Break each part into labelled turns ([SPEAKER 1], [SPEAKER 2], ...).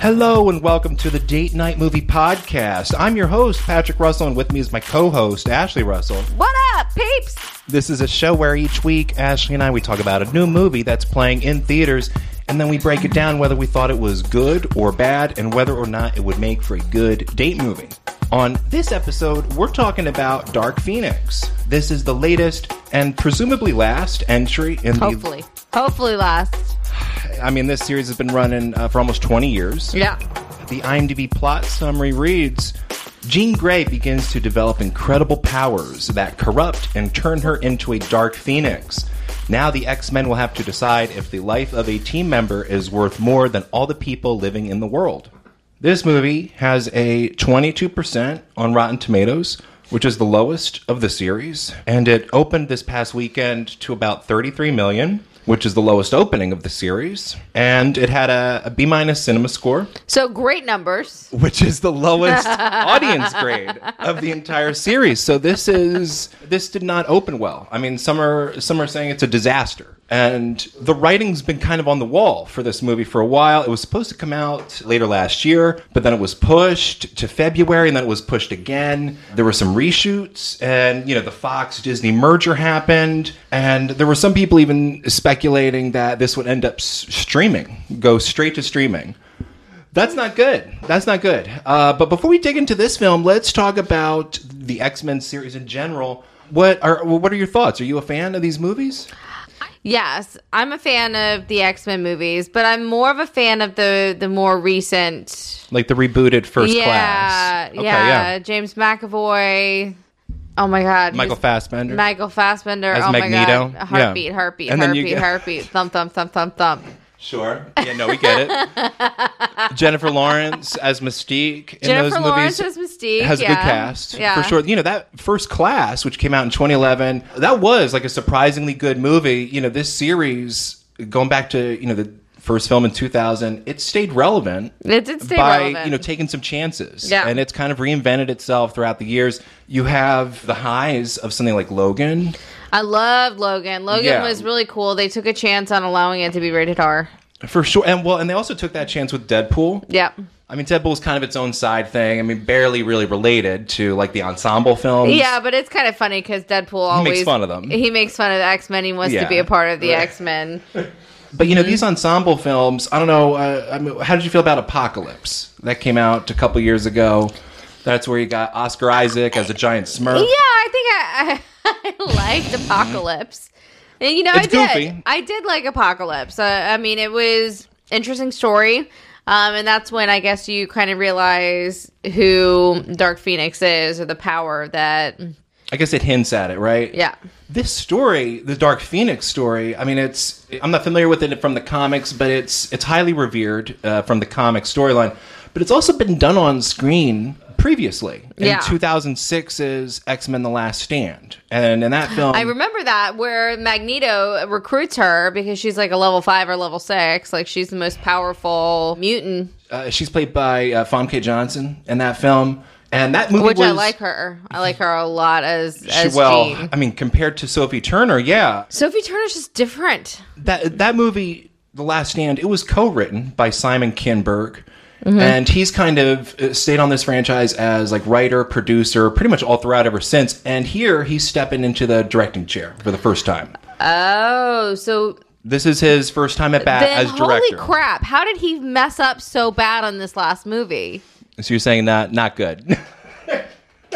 [SPEAKER 1] Hello and welcome to the Date Night Movie Podcast. I'm your host, Patrick Russell, and with me is my co host, Ashley Russell.
[SPEAKER 2] What up, peeps?
[SPEAKER 1] This is a show where each week, Ashley and I, we talk about a new movie that's playing in theaters, and then we break it down whether we thought it was good or bad, and whether or not it would make for a good date movie. On this episode, we're talking about Dark Phoenix. This is the latest and presumably last entry in
[SPEAKER 2] Hopefully. Hopefully last.
[SPEAKER 1] the. I mean, this series has been running uh, for almost 20 years.
[SPEAKER 2] Yeah.
[SPEAKER 1] The IMDb plot summary reads Jean Grey begins to develop incredible powers that corrupt and turn her into a dark phoenix. Now the X Men will have to decide if the life of a team member is worth more than all the people living in the world. This movie has a 22% on Rotten Tomatoes, which is the lowest of the series, and it opened this past weekend to about 33 million, which is the lowest opening of the series, and it had a, a B minus cinema score
[SPEAKER 2] So great numbers.
[SPEAKER 1] which is the lowest audience grade of the entire series. So this is this did not open well. I mean, some are some are saying it's a disaster. And the writing's been kind of on the wall for this movie for a while. It was supposed to come out later last year, but then it was pushed to February and then it was pushed again. There were some reshoots and, you know, the Fox Disney merger happened. And there were some people even speculating that this would end up s- streaming, go straight to streaming. That's not good. That's not good. Uh, but before we dig into this film, let's talk about the X Men series in general. What are what are your thoughts? Are you a fan of these movies?
[SPEAKER 2] Yes, I'm a fan of the X Men movies, but I'm more of a fan of the the more recent.
[SPEAKER 1] Like the rebooted First
[SPEAKER 2] yeah,
[SPEAKER 1] Class?
[SPEAKER 2] yeah, James McAvoy. Oh my God,
[SPEAKER 1] Michael
[SPEAKER 2] he's-
[SPEAKER 1] Fassbender.
[SPEAKER 2] Michael Fassbender.
[SPEAKER 1] As
[SPEAKER 2] oh
[SPEAKER 1] Magneto?
[SPEAKER 2] my God, heartbeat,
[SPEAKER 1] Yeah.
[SPEAKER 2] heartbeat,
[SPEAKER 1] And then you
[SPEAKER 2] heartbeat,
[SPEAKER 1] get-
[SPEAKER 2] heartbeat, thump, thump, thump, thump, thump.
[SPEAKER 1] sure. Yeah. No, we get it. Jennifer Lawrence as Mystique in
[SPEAKER 2] Jennifer
[SPEAKER 1] those
[SPEAKER 2] Lawrence
[SPEAKER 1] movies.
[SPEAKER 2] as Mystique
[SPEAKER 1] has a
[SPEAKER 2] yeah.
[SPEAKER 1] good cast
[SPEAKER 2] yeah.
[SPEAKER 1] for sure. You know that first class, which came out in 2011, that was like a surprisingly good movie. You know this series, going back to you know the first film in 2000, it stayed relevant.
[SPEAKER 2] It did stay
[SPEAKER 1] by
[SPEAKER 2] relevant.
[SPEAKER 1] you know taking some chances,
[SPEAKER 2] Yeah.
[SPEAKER 1] and it's kind of reinvented itself throughout the years. You have the highs of something like Logan,
[SPEAKER 2] I loved Logan. Logan
[SPEAKER 1] Yeah.
[SPEAKER 2] was really cool. They took a chance on allowing it to be rated R.
[SPEAKER 1] for sure, and well, and they also took that chance with Deadpool.
[SPEAKER 2] Yep.
[SPEAKER 1] I mean, Deadpool's kind of its own side thing. I mean, barely really related to like the ensemble films.
[SPEAKER 2] Yeah, but it's kind of funny because Deadpool always
[SPEAKER 1] makes fun of them.
[SPEAKER 2] He makes fun of the X Men. He wants
[SPEAKER 1] Yeah.
[SPEAKER 2] to be a part of the X Men.
[SPEAKER 1] But
[SPEAKER 2] Mm-hmm.
[SPEAKER 1] you know these ensemble films. I don't know. Uh, I mean, how did you feel about Apocalypse? That came out a couple years ago. That's where you got Oscar Isaac as a giant Smurf.
[SPEAKER 2] Yeah, I think I, I, I liked Apocalypse. And, you know,
[SPEAKER 1] It's
[SPEAKER 2] I did.
[SPEAKER 1] goofy.
[SPEAKER 2] I did like Apocalypse. I, I mean, it was interesting story. Um, and that's when I guess you kind of realize who Dark Phoenix is or the power that.
[SPEAKER 1] I guess it hints at it, right?
[SPEAKER 2] Yeah.
[SPEAKER 1] This story, the Dark Phoenix story. I mean, it's. I'm not familiar with it from the comics, but it's it's highly revered uh, from the comic storyline. But it's also been done on screen previously in
[SPEAKER 2] Yeah.
[SPEAKER 1] 2006's X Men: The Last Stand, and in that film,
[SPEAKER 2] I remember that where Magneto recruits her because she's like a level five or level six. Like she's the most powerful mutant
[SPEAKER 1] Uh, she's played by uh, Famke Johnson in that film, and that movie
[SPEAKER 2] Which
[SPEAKER 1] was
[SPEAKER 2] I like her. I like her a lot as
[SPEAKER 1] she-
[SPEAKER 2] as
[SPEAKER 1] well,
[SPEAKER 2] Jean.
[SPEAKER 1] I mean, compared to Sophie Turner, yeah,
[SPEAKER 2] Sophie Turner's just different.
[SPEAKER 1] that that movie, The Last Stand, it was co-written by Simon Kinberg.
[SPEAKER 2] Mm-hmm.
[SPEAKER 1] And he's kind of uh, stayed on this franchise as like writer, producer, pretty much all throughout ever since. And here he's stepping into the directing chair for the first time.
[SPEAKER 2] Oh, so
[SPEAKER 1] This is his first time at bat
[SPEAKER 2] then
[SPEAKER 1] as
[SPEAKER 2] holy
[SPEAKER 1] director.
[SPEAKER 2] crap! How did he mess up so bad on this last movie?
[SPEAKER 1] So you're saying that not good.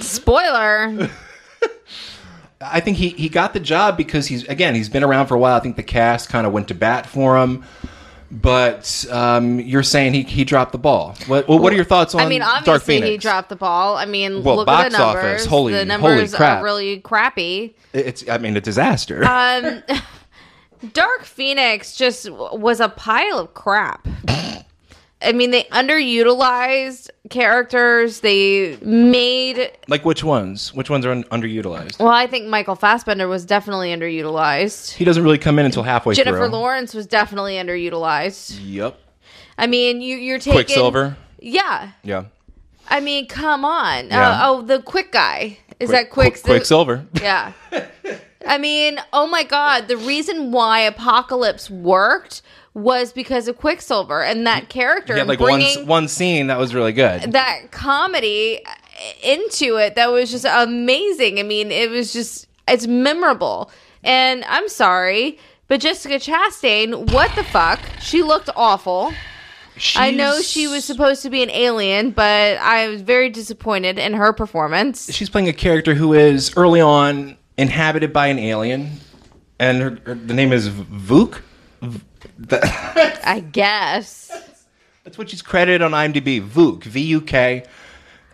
[SPEAKER 2] Spoiler.
[SPEAKER 1] I think he, he got the job because he's again he's been around for a while. I think the cast kind of went to bat for him, but um, you're saying he, he dropped the ball. What well, what are your thoughts on?
[SPEAKER 2] I mean,
[SPEAKER 1] Dark
[SPEAKER 2] obviously
[SPEAKER 1] Phoenix?
[SPEAKER 2] he dropped the ball. I mean,
[SPEAKER 1] Well,
[SPEAKER 2] look
[SPEAKER 1] box
[SPEAKER 2] at the numbers.
[SPEAKER 1] office, holy-
[SPEAKER 2] the numbers
[SPEAKER 1] holy crap.
[SPEAKER 2] are really crappy.
[SPEAKER 1] It's I mean a disaster.
[SPEAKER 2] Um, Dark Phoenix just w- was a pile of crap. I mean, they underutilized characters. They made
[SPEAKER 1] like which ones? Which ones are un- underutilized?
[SPEAKER 2] Well, I think Michael Fassbender was definitely underutilized.
[SPEAKER 1] He doesn't really come in until halfway
[SPEAKER 2] Jennifer
[SPEAKER 1] through.
[SPEAKER 2] Lawrence was definitely underutilized.
[SPEAKER 1] Yep.
[SPEAKER 2] I mean, you you're taking
[SPEAKER 1] Quicksilver.
[SPEAKER 2] Yeah,
[SPEAKER 1] Yeah.
[SPEAKER 2] I mean, come on.
[SPEAKER 1] Yeah.
[SPEAKER 2] Uh, oh, the quick guy is that
[SPEAKER 1] Quick-
[SPEAKER 2] quick?
[SPEAKER 1] Quick- Quicksilver.
[SPEAKER 2] Yeah. I mean, oh my God, the reason why Apocalypse worked was because of Quicksilver and that character
[SPEAKER 1] He had
[SPEAKER 2] and
[SPEAKER 1] like one
[SPEAKER 2] bringing
[SPEAKER 1] s- one scene that was really good.
[SPEAKER 2] that comedy uh, into it that was just amazing. I mean, it was just it's memorable. And I'm sorry, but Jessica Chastain, what the fuck? She looked awful. I know
[SPEAKER 1] She's-
[SPEAKER 2] she was supposed to be an alien, but I was very disappointed in her performance.
[SPEAKER 1] she's playing a character who is early on inhabited by an alien, and her, her- the name is Vuk. V- that-
[SPEAKER 2] I guess.
[SPEAKER 1] That's what she's credited on IMDb. Vuk, V U K,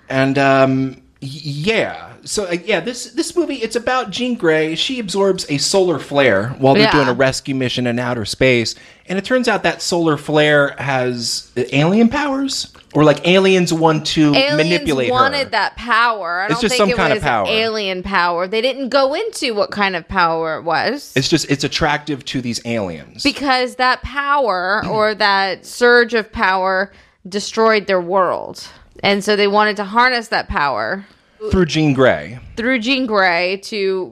[SPEAKER 1] and um, y- yeah. So uh, yeah, this this movie it's about Jean Grey. She absorbs a solar flare while they're
[SPEAKER 2] Yeah.
[SPEAKER 1] doing a rescue mission in outer space, and it turns out that solar flare has uh, alien powers, or like aliens want to
[SPEAKER 2] Aliens
[SPEAKER 1] manipulate
[SPEAKER 2] wanted
[SPEAKER 1] her.
[SPEAKER 2] that power. I
[SPEAKER 1] It's
[SPEAKER 2] don't
[SPEAKER 1] just
[SPEAKER 2] think
[SPEAKER 1] some
[SPEAKER 2] it
[SPEAKER 1] kind of
[SPEAKER 2] was
[SPEAKER 1] power.
[SPEAKER 2] alien power. They didn't go into what kind of power it was.
[SPEAKER 1] It's just it's attractive to these aliens.
[SPEAKER 2] because that power or that surge of power destroyed their world. And so they wanted to harness that power
[SPEAKER 1] through Jean Grey.
[SPEAKER 2] through Jean Grey to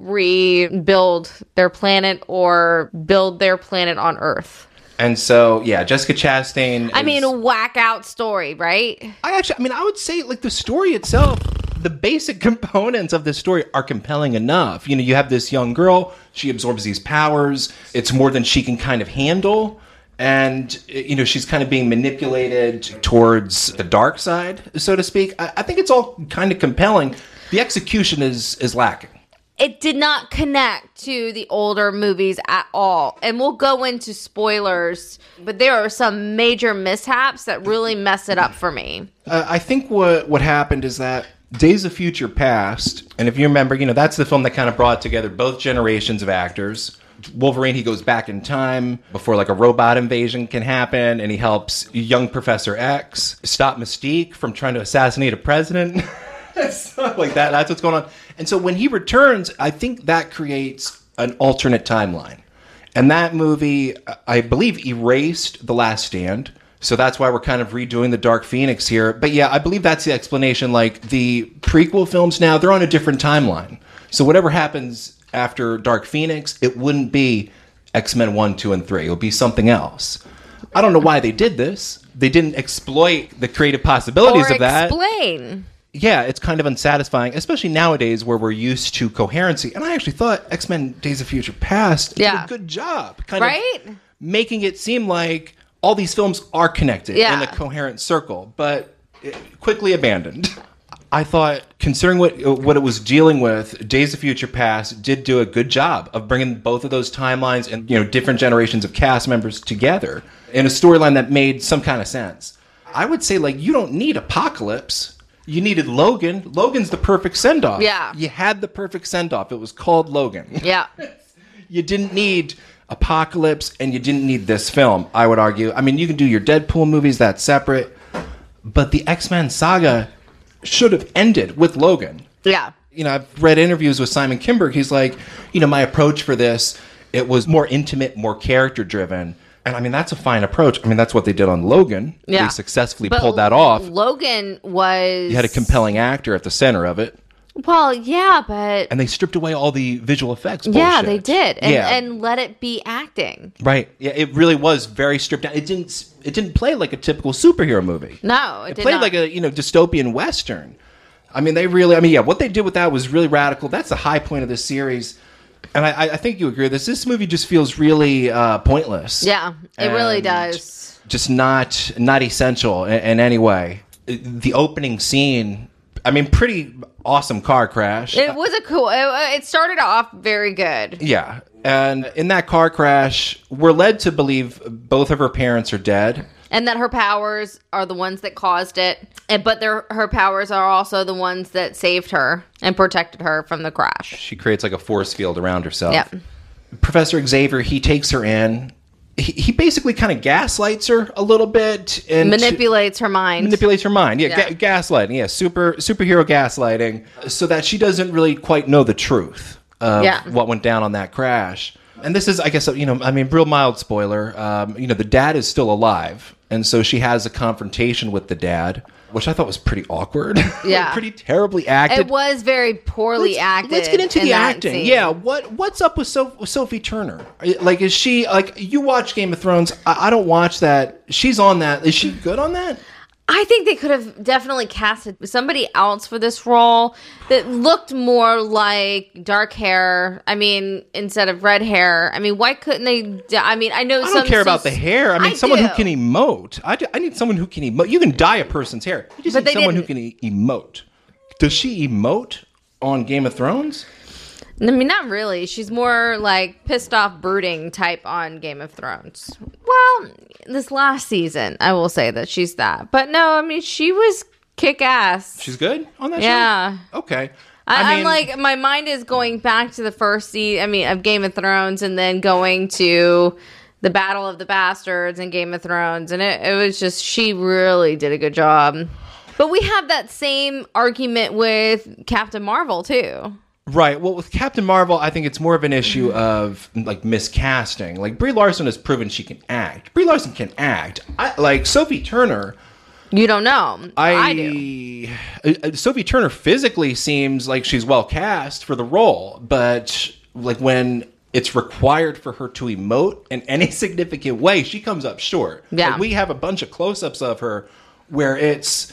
[SPEAKER 2] rebuild their planet or build their planet on Earth.
[SPEAKER 1] And so, yeah, Jessica Chastain.
[SPEAKER 2] I
[SPEAKER 1] is-
[SPEAKER 2] mean, a whack out story, right?
[SPEAKER 1] I actually, I mean, I would say like the story itself, the basic components of this story are compelling enough. You know, you have this young girl, she absorbs these powers, it's more than she can kind of handle. And, uh, you know, she's kind of being manipulated towards the dark side, so to speak. I, I think it's all kind of compelling. The execution is is lacking.
[SPEAKER 2] It did not connect to the older movies at all. And we'll go into spoilers, but there are some major mishaps that really mess it up for me.
[SPEAKER 1] Uh, I think what what happened is that Days of Future Past, and if you remember, you know that's the film that kind of brought together both generations of actors. Wolverine, he goes back in time before like a robot invasion can happen, and he helps young Professor X stop Mystique from trying to assassinate a president. Stuff like that. That's what's going on. And so when he returns, I think that creates an alternate timeline. And that movie, I- I believe, erased The Last Stand. So that's why we're kind of redoing the Dark Phoenix here. But yeah, I believe that's the explanation. Like the prequel films now, they're on a different timeline. So whatever happens after Dark Phoenix, it wouldn't be X Men 1, 2, and 3. It would be something else. I don't know why they did this. They didn't exploit the creative possibilities
[SPEAKER 2] Or
[SPEAKER 1] of that
[SPEAKER 2] explain.
[SPEAKER 1] yeah, it's kind of unsatisfying, especially nowadays where we're used to coherency. And I actually thought X Men Days of Future Past did
[SPEAKER 2] Yeah.
[SPEAKER 1] a good job, kind
[SPEAKER 2] Right?
[SPEAKER 1] of making it seem like all these films are connected
[SPEAKER 2] Yeah.
[SPEAKER 1] in a coherent circle, but it quickly abandoned. I thought, considering what what it was dealing with, Days of Future Past did do a good job of bringing both of those timelines and you know different generations of cast members together in a storyline that made some kind of sense. I would say like you don't need Apocalypse. You needed Logan. Logan's the perfect send off.
[SPEAKER 2] Yeah.
[SPEAKER 1] You had the perfect send off. It was called Logan.
[SPEAKER 2] Yeah.
[SPEAKER 1] You didn't need Apocalypse and you didn't need this film, I would argue. I mean, you can do your Deadpool movies, that's separate. But the X Men saga should have ended with Logan
[SPEAKER 2] Yeah.
[SPEAKER 1] you know, I've read interviews with Simon Kimberg. He's like, you know, my approach for this, it was more intimate, more character driven. And I mean, that's a fine approach. I mean, that's what they did on Logan.
[SPEAKER 2] Yeah.
[SPEAKER 1] They successfully
[SPEAKER 2] But
[SPEAKER 1] pulled that off.
[SPEAKER 2] Logan was
[SPEAKER 1] You had a compelling actor at the center of it.
[SPEAKER 2] well, yeah, but
[SPEAKER 1] And they stripped away all the visual effects.
[SPEAKER 2] yeah,
[SPEAKER 1] bullshit.
[SPEAKER 2] they did, and,
[SPEAKER 1] yeah.
[SPEAKER 2] and let it be acting.
[SPEAKER 1] right. Yeah, it really was very stripped down. It didn't. s- It didn't play like a typical superhero movie.
[SPEAKER 2] No, it, did
[SPEAKER 1] played
[SPEAKER 2] not.
[SPEAKER 1] like a you know dystopian western. I mean, they really. I mean, yeah, what they did with that was really radical. That's the high point of this series, and I, I- I think you agree with this. This movie just feels really uh, pointless.
[SPEAKER 2] yeah, it really
[SPEAKER 1] And
[SPEAKER 2] does.
[SPEAKER 1] Just not not essential in, in any way. The opening scene. I mean, pretty awesome car crash.
[SPEAKER 2] It was a cool. It, it started off very good.
[SPEAKER 1] Yeah. And in that car crash, we're led to believe both of her parents are dead.
[SPEAKER 2] And that her powers are the ones that caused it, and but their, her powers are also the ones that saved her and protected her from the crash.
[SPEAKER 1] She creates like a force field around herself.
[SPEAKER 2] Yep.
[SPEAKER 1] Professor Xavier, he takes her in. He, he basically kind of gaslights her a little bit and
[SPEAKER 2] Manipulates her mind.
[SPEAKER 1] manipulates her mind. Yeah,
[SPEAKER 2] Yeah.
[SPEAKER 1] Ga- gaslighting. Yeah, super superhero gaslighting, so that she doesn't really quite know the truth of
[SPEAKER 2] Yeah.
[SPEAKER 1] what went down on that crash. And this is, I guess, you know, I mean, real mild spoiler. Um, you know, the dad is still alive, and so she has a confrontation with the dad. which I thought was pretty awkward.
[SPEAKER 2] Yeah.
[SPEAKER 1] pretty terribly acted.
[SPEAKER 2] It was very poorly
[SPEAKER 1] Let's-
[SPEAKER 2] acted.
[SPEAKER 1] Let's get into
[SPEAKER 2] in
[SPEAKER 1] the
[SPEAKER 2] that
[SPEAKER 1] acting.
[SPEAKER 2] scene.
[SPEAKER 1] Yeah, what what's up with, Soph- with Sophie Turner? Are you- Like, is she like you watch Game of Thrones? I, I don't watch that. She's on that. Is she good on that?
[SPEAKER 2] I think they could have definitely casted somebody else for this role that looked more like dark hair. I mean, instead of red hair. I mean, why couldn't they? d- I mean, I know
[SPEAKER 1] I don't care about the hair. I mean, someone who can
[SPEAKER 2] do.
[SPEAKER 1] emote. I, do- I need someone who can emote. You can dye a person's hair. You just
[SPEAKER 2] But
[SPEAKER 1] need
[SPEAKER 2] they
[SPEAKER 1] someone
[SPEAKER 2] didn't.
[SPEAKER 1] who can e- emote. Does she emote on Game of Thrones?
[SPEAKER 2] I mean, not really. She's more like pissed off, brooding type on Game of Thrones. Well, this last season, I will say that she's that. But no, I mean, she was kick ass.
[SPEAKER 1] She's good on that. show?
[SPEAKER 2] Yeah.
[SPEAKER 1] Okay.
[SPEAKER 2] I,
[SPEAKER 1] mean,
[SPEAKER 2] I'm like my mind is going back to the first se- I mean, of Game of Thrones, and then going to the Battle of the Bastards and Game of Thrones, and it, it was just she really did a good job. But we have that same argument with Captain Marvel too.
[SPEAKER 1] Right. Well, with Captain Marvel, I think it's more of an issue
[SPEAKER 2] Mm-hmm.
[SPEAKER 1] of like miscasting. Like Brie Larson has proven she can act. Brie Larson can act. I, like Sophie Turner,
[SPEAKER 2] You don't know.
[SPEAKER 1] I,
[SPEAKER 2] do.
[SPEAKER 1] Uh, uh, Sophie Turner physically seems like she's well cast for the role, but like when it's required for her to emote in any significant way, she comes up short.
[SPEAKER 2] Yeah.
[SPEAKER 1] Like, we have a bunch of close-ups of her where it's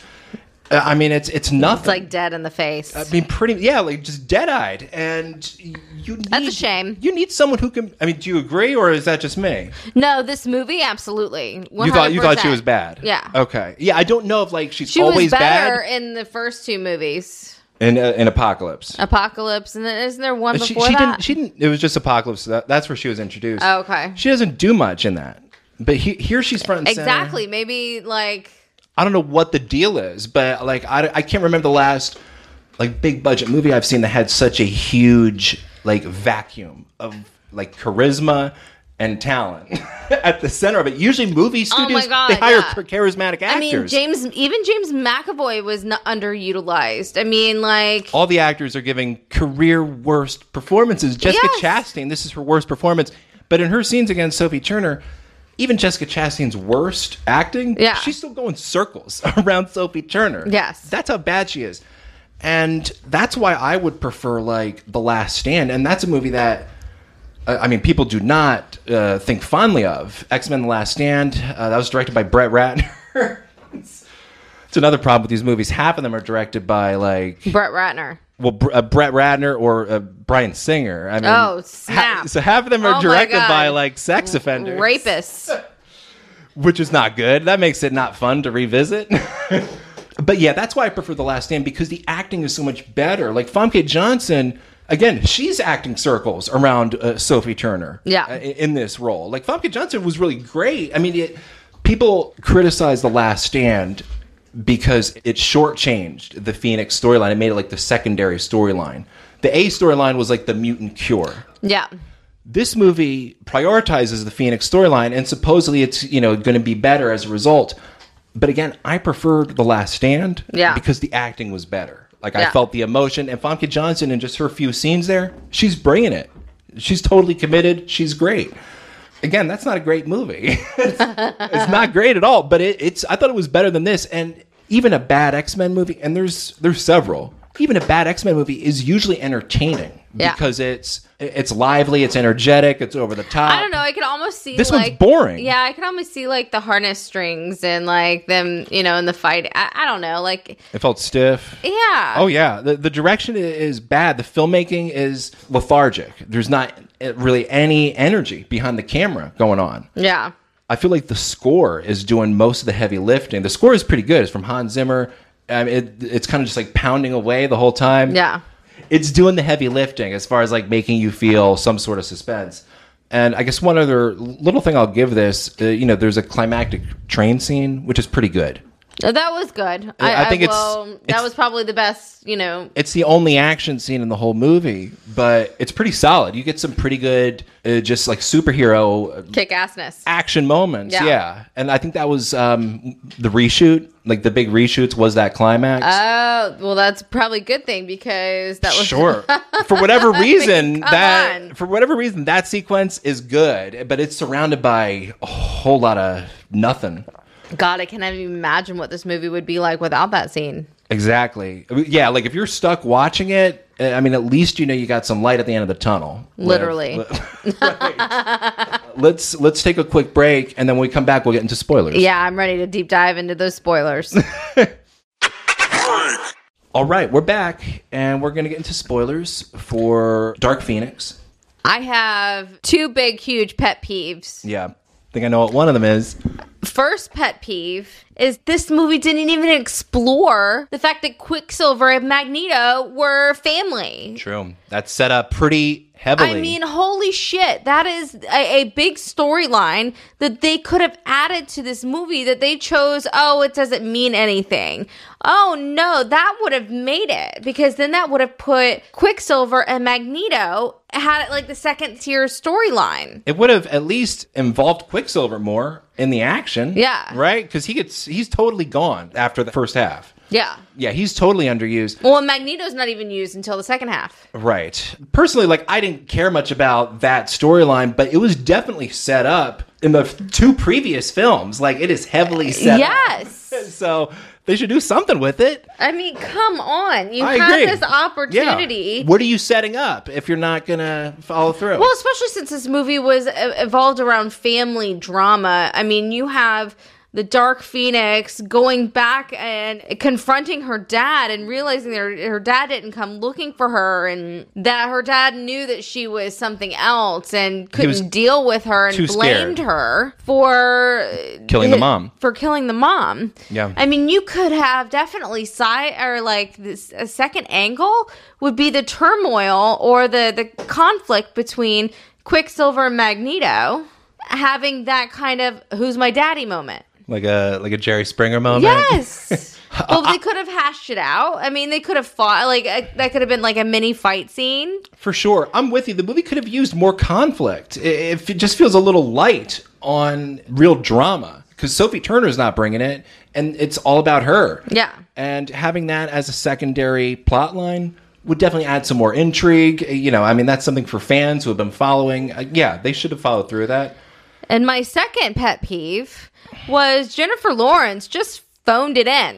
[SPEAKER 1] uh, I mean, it's it's nothing.
[SPEAKER 2] It's like dead in the face.
[SPEAKER 1] I mean, pretty yeah, like just dead eyed, and you need,
[SPEAKER 2] That's a shame.
[SPEAKER 1] You need someone who can. I mean, do you agree, or is that just me?
[SPEAKER 2] no, this movie absolutely. 100%.
[SPEAKER 1] You thought you thought she was bad.
[SPEAKER 2] Yeah.
[SPEAKER 1] Okay. Yeah, I don't know if like she's
[SPEAKER 2] She
[SPEAKER 1] always
[SPEAKER 2] was better
[SPEAKER 1] bad
[SPEAKER 2] in the first two movies,
[SPEAKER 1] in uh, in Apocalypse.
[SPEAKER 2] Apocalypse, and then isn't there one
[SPEAKER 1] she,
[SPEAKER 2] before
[SPEAKER 1] she
[SPEAKER 2] that?
[SPEAKER 1] didn't. She didn't. It was just Apocalypse. That, that's where she was introduced.
[SPEAKER 2] Oh, okay.
[SPEAKER 1] She doesn't do much in that. But he, here she's front and center.
[SPEAKER 2] Exactly. Maybe like
[SPEAKER 1] I don't know what the deal is, but like I, I can't remember the last like big budget movie I've seen that had such a huge like vacuum of like charisma and talent at the center of it. Usually, movie
[SPEAKER 2] Oh my
[SPEAKER 1] studios
[SPEAKER 2] God,
[SPEAKER 1] they hire
[SPEAKER 2] yeah.
[SPEAKER 1] for charismatic actors.
[SPEAKER 2] I mean, James even James McAvoy was not underutilized. I mean, like
[SPEAKER 1] All the actors are giving career worst performances. Jessica
[SPEAKER 2] Yes.
[SPEAKER 1] Chastain, this is her worst performance, but in her scenes against Sophie Turner. Even Jessica Chastain's worst acting,
[SPEAKER 2] Yeah.
[SPEAKER 1] she's still going circles around Sophie Turner.
[SPEAKER 2] Yes.
[SPEAKER 1] That's how bad she is. And that's why I would prefer, like, The Last Stand. And that's a movie that, uh, I mean, people do not uh, think fondly of. X Men The Last Stand, uh, that was directed by Brett Ratner. it's, it's another problem with these movies. Half of them are directed by, like,
[SPEAKER 2] Brett Ratner.
[SPEAKER 1] well, Br- uh, Brett Ratner or uh, Brian Singer. I mean,
[SPEAKER 2] Oh,
[SPEAKER 1] ha-
[SPEAKER 2] snap.
[SPEAKER 1] so half of them
[SPEAKER 2] Oh
[SPEAKER 1] are
[SPEAKER 2] my
[SPEAKER 1] directed
[SPEAKER 2] God.
[SPEAKER 1] by, like, sex offenders.
[SPEAKER 2] Rapists.
[SPEAKER 1] which is not good. That makes it not fun to revisit. but yeah, that's why I prefer The Last Stand because the acting is so much better. Like Famke Johnson, again, she's acting circles around uh, Sophie Turner.
[SPEAKER 2] Yeah.
[SPEAKER 1] uh, in this role, like Famke Johnson was really great. I mean, it, people criticize The Last Stand because it shortchanged the Phoenix storyline. It made it like the secondary storyline. The A storyline was like the mutant cure
[SPEAKER 2] Yeah.
[SPEAKER 1] this movie prioritizes the Phoenix storyline, and supposedly it's you know going to be better as a result. But again, I preferred The Last Stand,
[SPEAKER 2] Yeah.
[SPEAKER 1] because the acting was better. Like
[SPEAKER 2] Yeah.
[SPEAKER 1] I felt the emotion, and Famke Johnson in just her few scenes there, she's bringing it. She's totally committed. She's great. Again, that's not a great movie. it's, it's not great at all. But it, it's I thought it was better than this, and even a bad X Men movie, and there's there's several. Even a bad X Men movie is usually entertaining
[SPEAKER 2] Yeah.
[SPEAKER 1] because it's it's lively, it's energetic, it's over the top.
[SPEAKER 2] I don't know. I could almost see
[SPEAKER 1] This one's
[SPEAKER 2] like,
[SPEAKER 1] boring.
[SPEAKER 2] Yeah, I could almost see like the harness strings and like them, you know, in the fight. I, I don't know. Like,
[SPEAKER 1] It felt stiff.
[SPEAKER 2] yeah.
[SPEAKER 1] Oh yeah, the the direction i- is bad. The filmmaking is lethargic. There's not eh, really any energy behind the camera going on.
[SPEAKER 2] yeah.
[SPEAKER 1] I feel like the score is doing most of the heavy lifting. The score is pretty good. It's from Hans Zimmer. Um, it, it's kind of just like pounding away the whole time.
[SPEAKER 2] Yeah.
[SPEAKER 1] It's doing the heavy lifting as far as like making you feel some sort of suspense. And I guess one other little thing I'll give this, uh, you know, there's a climactic train scene, which is pretty good.
[SPEAKER 2] Uh, That was good. I,
[SPEAKER 1] I
[SPEAKER 2] I
[SPEAKER 1] think it's-
[SPEAKER 2] will, that
[SPEAKER 1] it's-
[SPEAKER 2] was probably the best, you know.
[SPEAKER 1] It's the only action scene in the whole movie, but it's pretty solid. You get some pretty good, uh, just like superhero
[SPEAKER 2] Kick assness.
[SPEAKER 1] action moments.
[SPEAKER 2] Yeah.
[SPEAKER 1] Yeah. And I think that was um, the reshoot. Like the big reshoots was that climax.
[SPEAKER 2] Oh, well, that's probably a good thing because that was
[SPEAKER 1] sure. for whatever reason,
[SPEAKER 2] Come
[SPEAKER 1] that
[SPEAKER 2] on.
[SPEAKER 1] for whatever reason that sequence is good, but it's surrounded by a whole lot of nothing.
[SPEAKER 2] God, I cannot even imagine what this movie would be like without that scene.
[SPEAKER 1] Exactly. I mean, Yeah, like if you're stuck watching it, uh, I mean, at least you know you got some light at the end of the tunnel.
[SPEAKER 2] Literally.
[SPEAKER 1] Right. let's let's take a quick break, and then when we come back, we'll get into spoilers.
[SPEAKER 2] Yeah, I'm ready to deep dive into those spoilers.
[SPEAKER 1] All right, we're back, and we're gonna get into spoilers for Dark Phoenix.
[SPEAKER 2] I have two big, huge pet peeves.
[SPEAKER 1] Yeah, I think I know what one of them is.
[SPEAKER 2] First pet peeve is this movie didn't even explore the fact that Quicksilver and Magneto were family.
[SPEAKER 1] True. That's set up pretty heavily.
[SPEAKER 2] I mean, holy shit. That is a, a big storyline that they could have added to this movie that they chose, oh, it doesn't mean anything. Oh, no, that would have made it because then that would have put Quicksilver and Magneto had it like the second tier storyline.
[SPEAKER 1] it would have at least involved Quicksilver more in the action.
[SPEAKER 2] Yeah.
[SPEAKER 1] Right? Because he gets he's totally gone after the first half.
[SPEAKER 2] Yeah.
[SPEAKER 1] Yeah, he's totally underused.
[SPEAKER 2] Well, and Magneto's not even used until the second half.
[SPEAKER 1] Right. Personally, like I didn't care much about that storyline, but it was definitely set up in the f- two previous films. Like it is heavily set up.
[SPEAKER 2] yes.
[SPEAKER 1] So they should do something with it.
[SPEAKER 2] I mean, come on. You
[SPEAKER 1] I
[SPEAKER 2] had
[SPEAKER 1] agree.
[SPEAKER 2] this
[SPEAKER 1] Yeah.
[SPEAKER 2] opportunity.
[SPEAKER 1] What are you setting up if you're not gonna follow through?
[SPEAKER 2] Well, especially since this movie was uh, evolved around family drama. I mean, you have the Dark Phoenix going back and confronting her dad and realizing that her, her dad didn't come looking for her and that her dad knew that she was something else and
[SPEAKER 1] was
[SPEAKER 2] couldn't deal with her and
[SPEAKER 1] too
[SPEAKER 2] blamed
[SPEAKER 1] scared.
[SPEAKER 2] her for uh,
[SPEAKER 1] Killing the
[SPEAKER 2] hi-
[SPEAKER 1] mom.
[SPEAKER 2] For killing the mom.
[SPEAKER 1] Yeah.
[SPEAKER 2] I mean, you could have definitely side or like this a second angle would be the turmoil or the the conflict between Quicksilver and Magneto having that kind of who's my daddy moment.
[SPEAKER 1] like a like a Jerry Springer moment.
[SPEAKER 2] Yes. well, they could have hashed it out. I mean, they could have fought. Like uh that could have been like a mini fight scene.
[SPEAKER 1] For sure. I'm with you. The movie could have used more conflict. I- If it just feels a little light on real drama because Sophie Turner's not bringing it and it's all about her.
[SPEAKER 2] Yeah.
[SPEAKER 1] And having that as a secondary plot line would definitely add some more intrigue. Uh, You know, I mean, that's something for fans who have been following. Uh, yeah, they should have followed through with that.
[SPEAKER 2] And my second pet peeve was Jennifer Lawrence just phoned it in.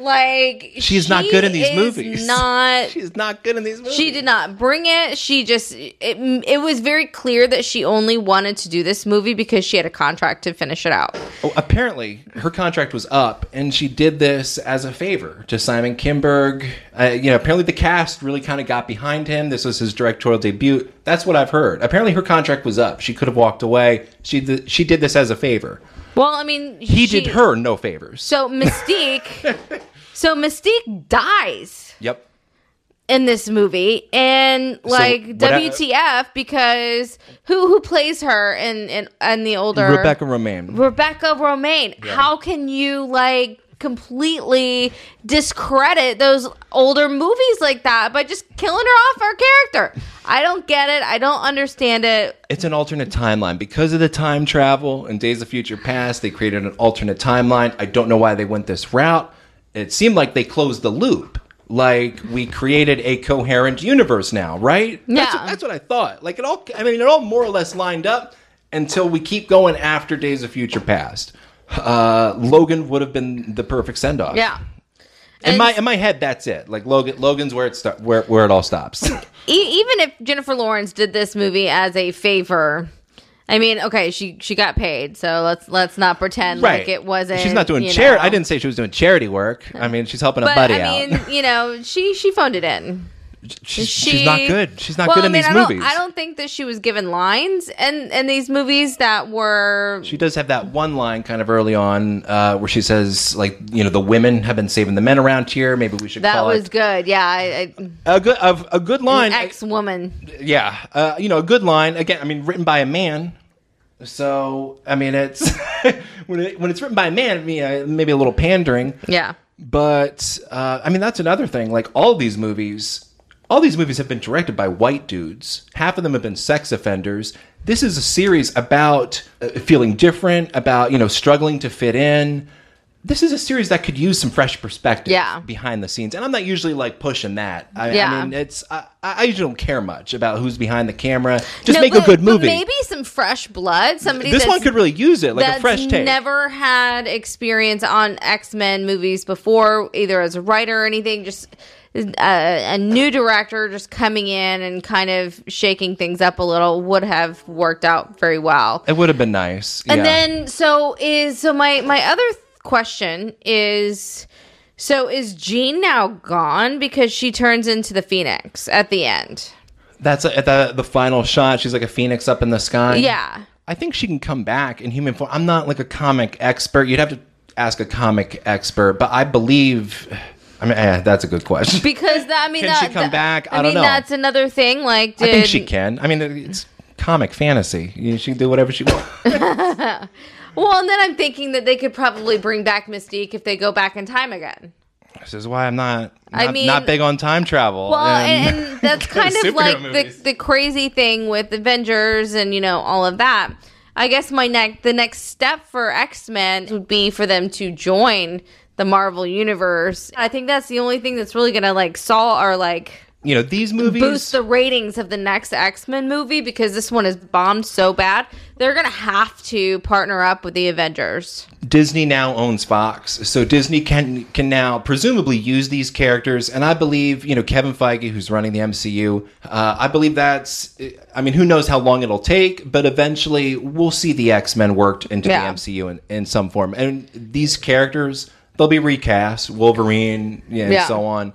[SPEAKER 2] Like
[SPEAKER 1] She's not
[SPEAKER 2] she
[SPEAKER 1] good in these
[SPEAKER 2] is
[SPEAKER 1] movies.
[SPEAKER 2] Not
[SPEAKER 1] She's not good in these movies.
[SPEAKER 2] She did not bring it. She just it, it was very clear that she only wanted to do this movie because she had a contract to finish it out.
[SPEAKER 1] Oh, apparently, her contract was up, and she did this as a favor to Simon Kimberg. Uh, you know, apparently the cast really kind of got behind him. This was his directorial debut. That's what I've heard. Apparently, her contract was up. She could have walked away. She th- she did this as a favor.
[SPEAKER 2] Well, I mean,
[SPEAKER 1] He
[SPEAKER 2] she-
[SPEAKER 1] did her no favors.
[SPEAKER 2] So Mystique, so Mystique dies
[SPEAKER 1] Yep.
[SPEAKER 2] in this movie, and like
[SPEAKER 1] what-
[SPEAKER 2] WTF because who who plays her in in, in the older
[SPEAKER 1] Rebecca Romaine.
[SPEAKER 2] Rebecca Romaine. How can you like completely discredit those older movies like that by just killing her off her character? I don't get it. I don't understand it.
[SPEAKER 1] It's an alternate timeline because of the time travel and Days of Future Past. They created an alternate timeline. I don't know why they went this route. It seemed like they closed the loop. Like we created a coherent universe now, right? That's,
[SPEAKER 2] Yeah.
[SPEAKER 1] that's what I thought. Like it all. I mean, it all more or less lined up until we keep going after Days of Future Past. Uh, Logan would have been the perfect send off.
[SPEAKER 2] Yeah.
[SPEAKER 1] In
[SPEAKER 2] And
[SPEAKER 1] my in my head, that's it. Like Logan, Logan's where it sta- where where it all stops.
[SPEAKER 2] e- even if Jennifer Lawrence did this movie as a favor, I mean, okay, she she got paid, so let's let's not pretend like it wasn't.
[SPEAKER 1] She's not doing
[SPEAKER 2] you
[SPEAKER 1] charity.
[SPEAKER 2] know.
[SPEAKER 1] I didn't say she was doing charity work. I mean, she's helping a
[SPEAKER 2] But
[SPEAKER 1] buddy
[SPEAKER 2] I mean,
[SPEAKER 1] out.
[SPEAKER 2] you know, she she phoned it in.
[SPEAKER 1] She's,
[SPEAKER 2] she,
[SPEAKER 1] she's not good. She's not
[SPEAKER 2] Well,
[SPEAKER 1] good
[SPEAKER 2] I
[SPEAKER 1] in
[SPEAKER 2] mean,
[SPEAKER 1] these
[SPEAKER 2] I don't,
[SPEAKER 1] movies.
[SPEAKER 2] I don't think that she was given lines and and these movies that were
[SPEAKER 1] she does have that one line kind of early on uh, where she says, like, you know, the women have been saving the men around here. Maybe we should
[SPEAKER 2] that
[SPEAKER 1] call
[SPEAKER 2] was
[SPEAKER 1] it
[SPEAKER 2] good. Yeah, I,
[SPEAKER 1] a good a, a good
[SPEAKER 2] I,
[SPEAKER 1] line.
[SPEAKER 2] ex woman.
[SPEAKER 1] yeah, uh, you know, a good line. Again, I mean, written by a man. So I mean, it's when it, when it's written by a man, I mean, uh, maybe a little pandering.
[SPEAKER 2] Yeah,
[SPEAKER 1] But uh, I mean, that's another thing. Like all these movies, all these movies have been directed by white dudes. Half of them have been sex offenders. This is a series about uh, feeling different, about you know struggling to fit in. this is a series that could use some fresh perspective
[SPEAKER 2] Yeah.
[SPEAKER 1] behind the scenes. And I'm not usually like pushing that. I, I
[SPEAKER 2] Yeah.
[SPEAKER 1] mean, it's I, I usually don't care much about who's behind the camera. Just
[SPEAKER 2] No,
[SPEAKER 1] make
[SPEAKER 2] but-
[SPEAKER 1] a good
[SPEAKER 2] but
[SPEAKER 1] movie.
[SPEAKER 2] maybe some fresh blood. Somebody
[SPEAKER 1] this
[SPEAKER 2] that's,
[SPEAKER 1] one could really use it, like
[SPEAKER 2] that's
[SPEAKER 1] a fresh take.
[SPEAKER 2] never had experience on X Men movies before, either as a writer or anything. Just uh, a new director just coming in and kind of shaking things up a little would have worked out very well.
[SPEAKER 1] it would have been nice.
[SPEAKER 2] And
[SPEAKER 1] yeah.
[SPEAKER 2] then so is so my my other th- question is so is Jean now gone because she turns into the Phoenix at the end?
[SPEAKER 1] that's at the the final shot. She's like a phoenix up in the sky.
[SPEAKER 2] Yeah.
[SPEAKER 1] I think she can come back in human form. I'm not like a comic expert. You'd have to ask a comic expert, but I believe. I mean, eh, that's a good question.
[SPEAKER 2] Because that, I mean,
[SPEAKER 1] Can
[SPEAKER 2] that,
[SPEAKER 1] she come
[SPEAKER 2] that-
[SPEAKER 1] back? I
[SPEAKER 2] mean,
[SPEAKER 1] don't know.
[SPEAKER 2] That's another thing. Like,
[SPEAKER 1] I
[SPEAKER 2] did
[SPEAKER 1] think she can. I mean, it's comic fantasy. You- She can do whatever she wants.
[SPEAKER 2] well, and then I'm thinking that they could probably bring back Mystique if they go back in time again.
[SPEAKER 1] this is why I'm not.
[SPEAKER 2] I
[SPEAKER 1] not
[SPEAKER 2] mean-
[SPEAKER 1] not big on time travel. Um,
[SPEAKER 2] Well, and, and that's kind of
[SPEAKER 1] superhero
[SPEAKER 2] like
[SPEAKER 1] movies.
[SPEAKER 2] the the crazy thing with Avengers and you know all of that. I guess my next the next step for X Men would be for them to join the Marvel universe. I think that's the only thing that's really gonna like solve or like
[SPEAKER 1] you know these movies.
[SPEAKER 2] boost the ratings of the next X Men movie because this one is bombed so bad they're gonna have to partner up with the Avengers.
[SPEAKER 1] Disney now owns Fox, so Disney can can now presumably use these characters. And I believe, you know, Kevin Feige, who's running the MCU, uh, I believe that's. I mean, who knows how long it'll take, but eventually we'll see the X Men worked into
[SPEAKER 2] Yeah.
[SPEAKER 1] the MCU in, in some form, and these characters they'll be recast, Wolverine, yeah, and
[SPEAKER 2] Yeah.
[SPEAKER 1] so on.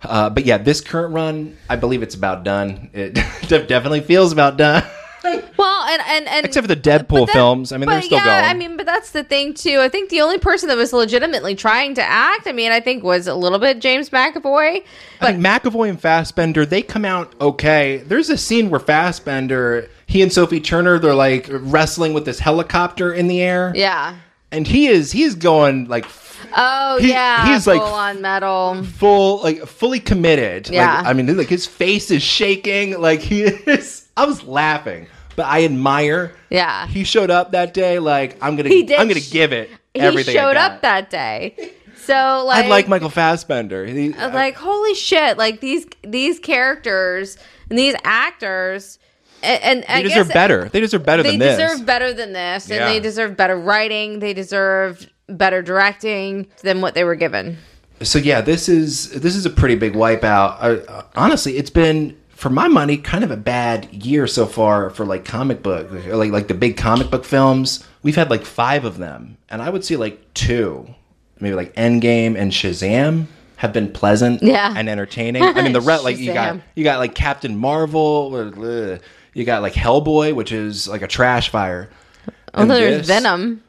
[SPEAKER 1] Uh, but yeah, this current run, I believe it's about done. It definitely feels about done,
[SPEAKER 2] Well, and and, and
[SPEAKER 1] except for the Deadpool
[SPEAKER 2] But that-
[SPEAKER 1] films. I mean, they're
[SPEAKER 2] but
[SPEAKER 1] still
[SPEAKER 2] yeah,
[SPEAKER 1] going.
[SPEAKER 2] I mean, but that's the thing too. I think the only person that was legitimately trying to act, I mean, I think was a little bit James McAvoy.
[SPEAKER 1] I think McAvoy and Fassbender, they come out okay. There's a scene where Fassbender, he and Sophie Turner, they're like wrestling with this helicopter in the air.
[SPEAKER 2] Yeah.
[SPEAKER 1] And he is he's going like
[SPEAKER 2] Oh
[SPEAKER 1] He-
[SPEAKER 2] yeah.
[SPEAKER 1] he's like-
[SPEAKER 2] full on metal.
[SPEAKER 1] full like fully committed.
[SPEAKER 2] Yeah.
[SPEAKER 1] Like I mean like his face is shaking. Like he is I was laughing. But I admire
[SPEAKER 2] Yeah.
[SPEAKER 1] he showed up that day like I'm gonna
[SPEAKER 2] He did
[SPEAKER 1] I'm gonna
[SPEAKER 2] sh-
[SPEAKER 1] give it
[SPEAKER 2] He
[SPEAKER 1] everything. I
[SPEAKER 2] showed
[SPEAKER 1] got.
[SPEAKER 2] up that day. So like,
[SPEAKER 1] I like Michael Fassbender. He-
[SPEAKER 2] I was like holy shit! Like these these characters and these actors, and, and
[SPEAKER 1] they
[SPEAKER 2] I
[SPEAKER 1] deserve
[SPEAKER 2] guess
[SPEAKER 1] better. They deserve better
[SPEAKER 2] they
[SPEAKER 1] than this.
[SPEAKER 2] deserve better than this, and
[SPEAKER 1] Yeah.
[SPEAKER 2] they deserve better writing. They deserve better directing than what they were given.
[SPEAKER 1] so yeah, this is this is a pretty big wipeout. I, uh, honestly, it's been for my money kind of a bad year so far for like comic book, like like the big comic book films. We've had like five of them, and I would say like two, maybe like Endgame and Shazam have been pleasant
[SPEAKER 2] Yeah.
[SPEAKER 1] and entertaining. I mean, the re- like you got
[SPEAKER 2] Shazam.
[SPEAKER 1] you got like Captain Marvel, or, uh, you got like Hellboy, which is like a trash fire. And
[SPEAKER 2] Although there's
[SPEAKER 1] this-
[SPEAKER 2] Venom.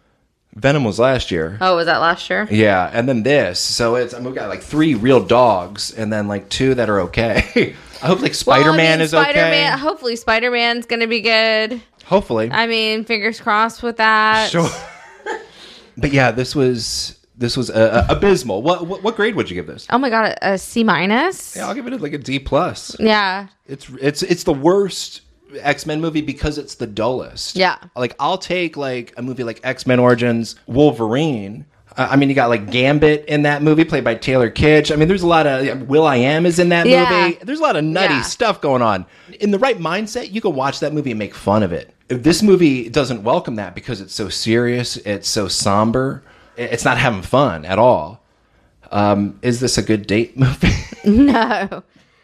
[SPEAKER 1] Venom was last year.
[SPEAKER 2] Oh, was that last year?
[SPEAKER 1] Yeah, and then this. So it's I mean, we've got like three real dogs, and then like two that are okay. I hope like
[SPEAKER 2] Oh,
[SPEAKER 1] Spider Man is okay.
[SPEAKER 2] Hopefully, Spider Man's going to be good.
[SPEAKER 1] Hopefully,
[SPEAKER 2] I mean, fingers crossed with that.
[SPEAKER 1] sure. but yeah, this was this was uh, uh, abysmal. What, what what grade would you give this?
[SPEAKER 2] Oh my god, a, a C minus.
[SPEAKER 1] Yeah,
[SPEAKER 2] Yeah.
[SPEAKER 1] I'll give it like a D plus.
[SPEAKER 2] yeah,
[SPEAKER 1] It's it's it's the worst X Men movie because it's the dullest.
[SPEAKER 2] Yeah.
[SPEAKER 1] like I'll take like a movie like X Men Origins Wolverine. Uh, I mean, you got like Gambit in that movie, played by Taylor Kitsch. I mean, there's a lot of yeah, Will I Am is in that
[SPEAKER 2] Yeah.
[SPEAKER 1] movie. There's a lot of nutty
[SPEAKER 2] Yeah.
[SPEAKER 1] stuff going on. In the right mindset, you can watch that movie and make fun of it. This movie doesn't welcome that because it's so serious, it's so somber, it- it's not having fun at all. Um, is this a good date movie?
[SPEAKER 2] No,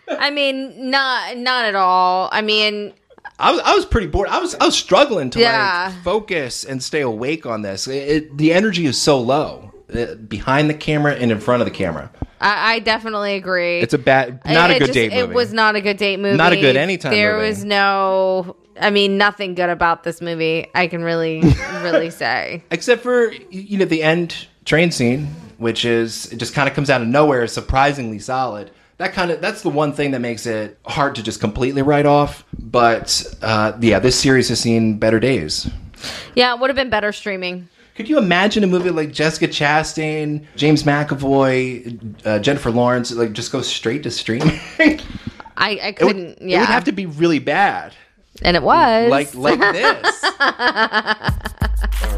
[SPEAKER 2] I mean, not not at all. I mean,
[SPEAKER 1] I was, I was pretty bored. I was I was struggling to
[SPEAKER 2] Yeah.
[SPEAKER 1] like focus and stay awake on this. It, it- the energy is so low uh, behind the camera and in front of the camera.
[SPEAKER 2] I, I definitely agree.
[SPEAKER 1] It's a bad, not
[SPEAKER 2] It-
[SPEAKER 1] a
[SPEAKER 2] it
[SPEAKER 1] good
[SPEAKER 2] just-
[SPEAKER 1] date movie.
[SPEAKER 2] It was not a good date movie.
[SPEAKER 1] Not a good anytime
[SPEAKER 2] There
[SPEAKER 1] movie.
[SPEAKER 2] was no. I mean, nothing good about this movie. I can really, really say.
[SPEAKER 1] except for y- you know the end train scene, which is it just kind of comes out of nowhere, surprisingly solid. That kind of that's the one thing that makes it hard to just completely write off. But uh, yeah, this series has seen better days.
[SPEAKER 2] Yeah, it would have been better streaming.
[SPEAKER 1] Could you imagine a movie like Jessica Chastain, James McAvoy, uh, Jennifer Lawrence, like just go straight to streaming? it,
[SPEAKER 2] I, I
[SPEAKER 1] would,
[SPEAKER 2] couldn't.
[SPEAKER 1] it
[SPEAKER 2] yeah,
[SPEAKER 1] would have to be really bad,
[SPEAKER 2] and it was
[SPEAKER 1] like like this. All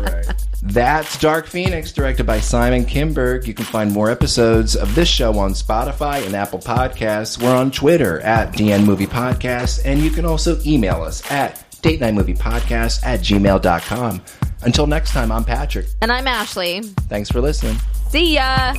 [SPEAKER 1] right. That's Dark Phoenix, directed by Simon Kimberg. You can find more episodes of this show on Spotify and Apple Podcasts. We're on Twitter at DN Movie Podcast, and you can also email us at date night movie podcast at gmail.com. Until next time, I'm Patrick.
[SPEAKER 2] And I'm Ashley.
[SPEAKER 1] Thanks for listening.
[SPEAKER 2] See ya.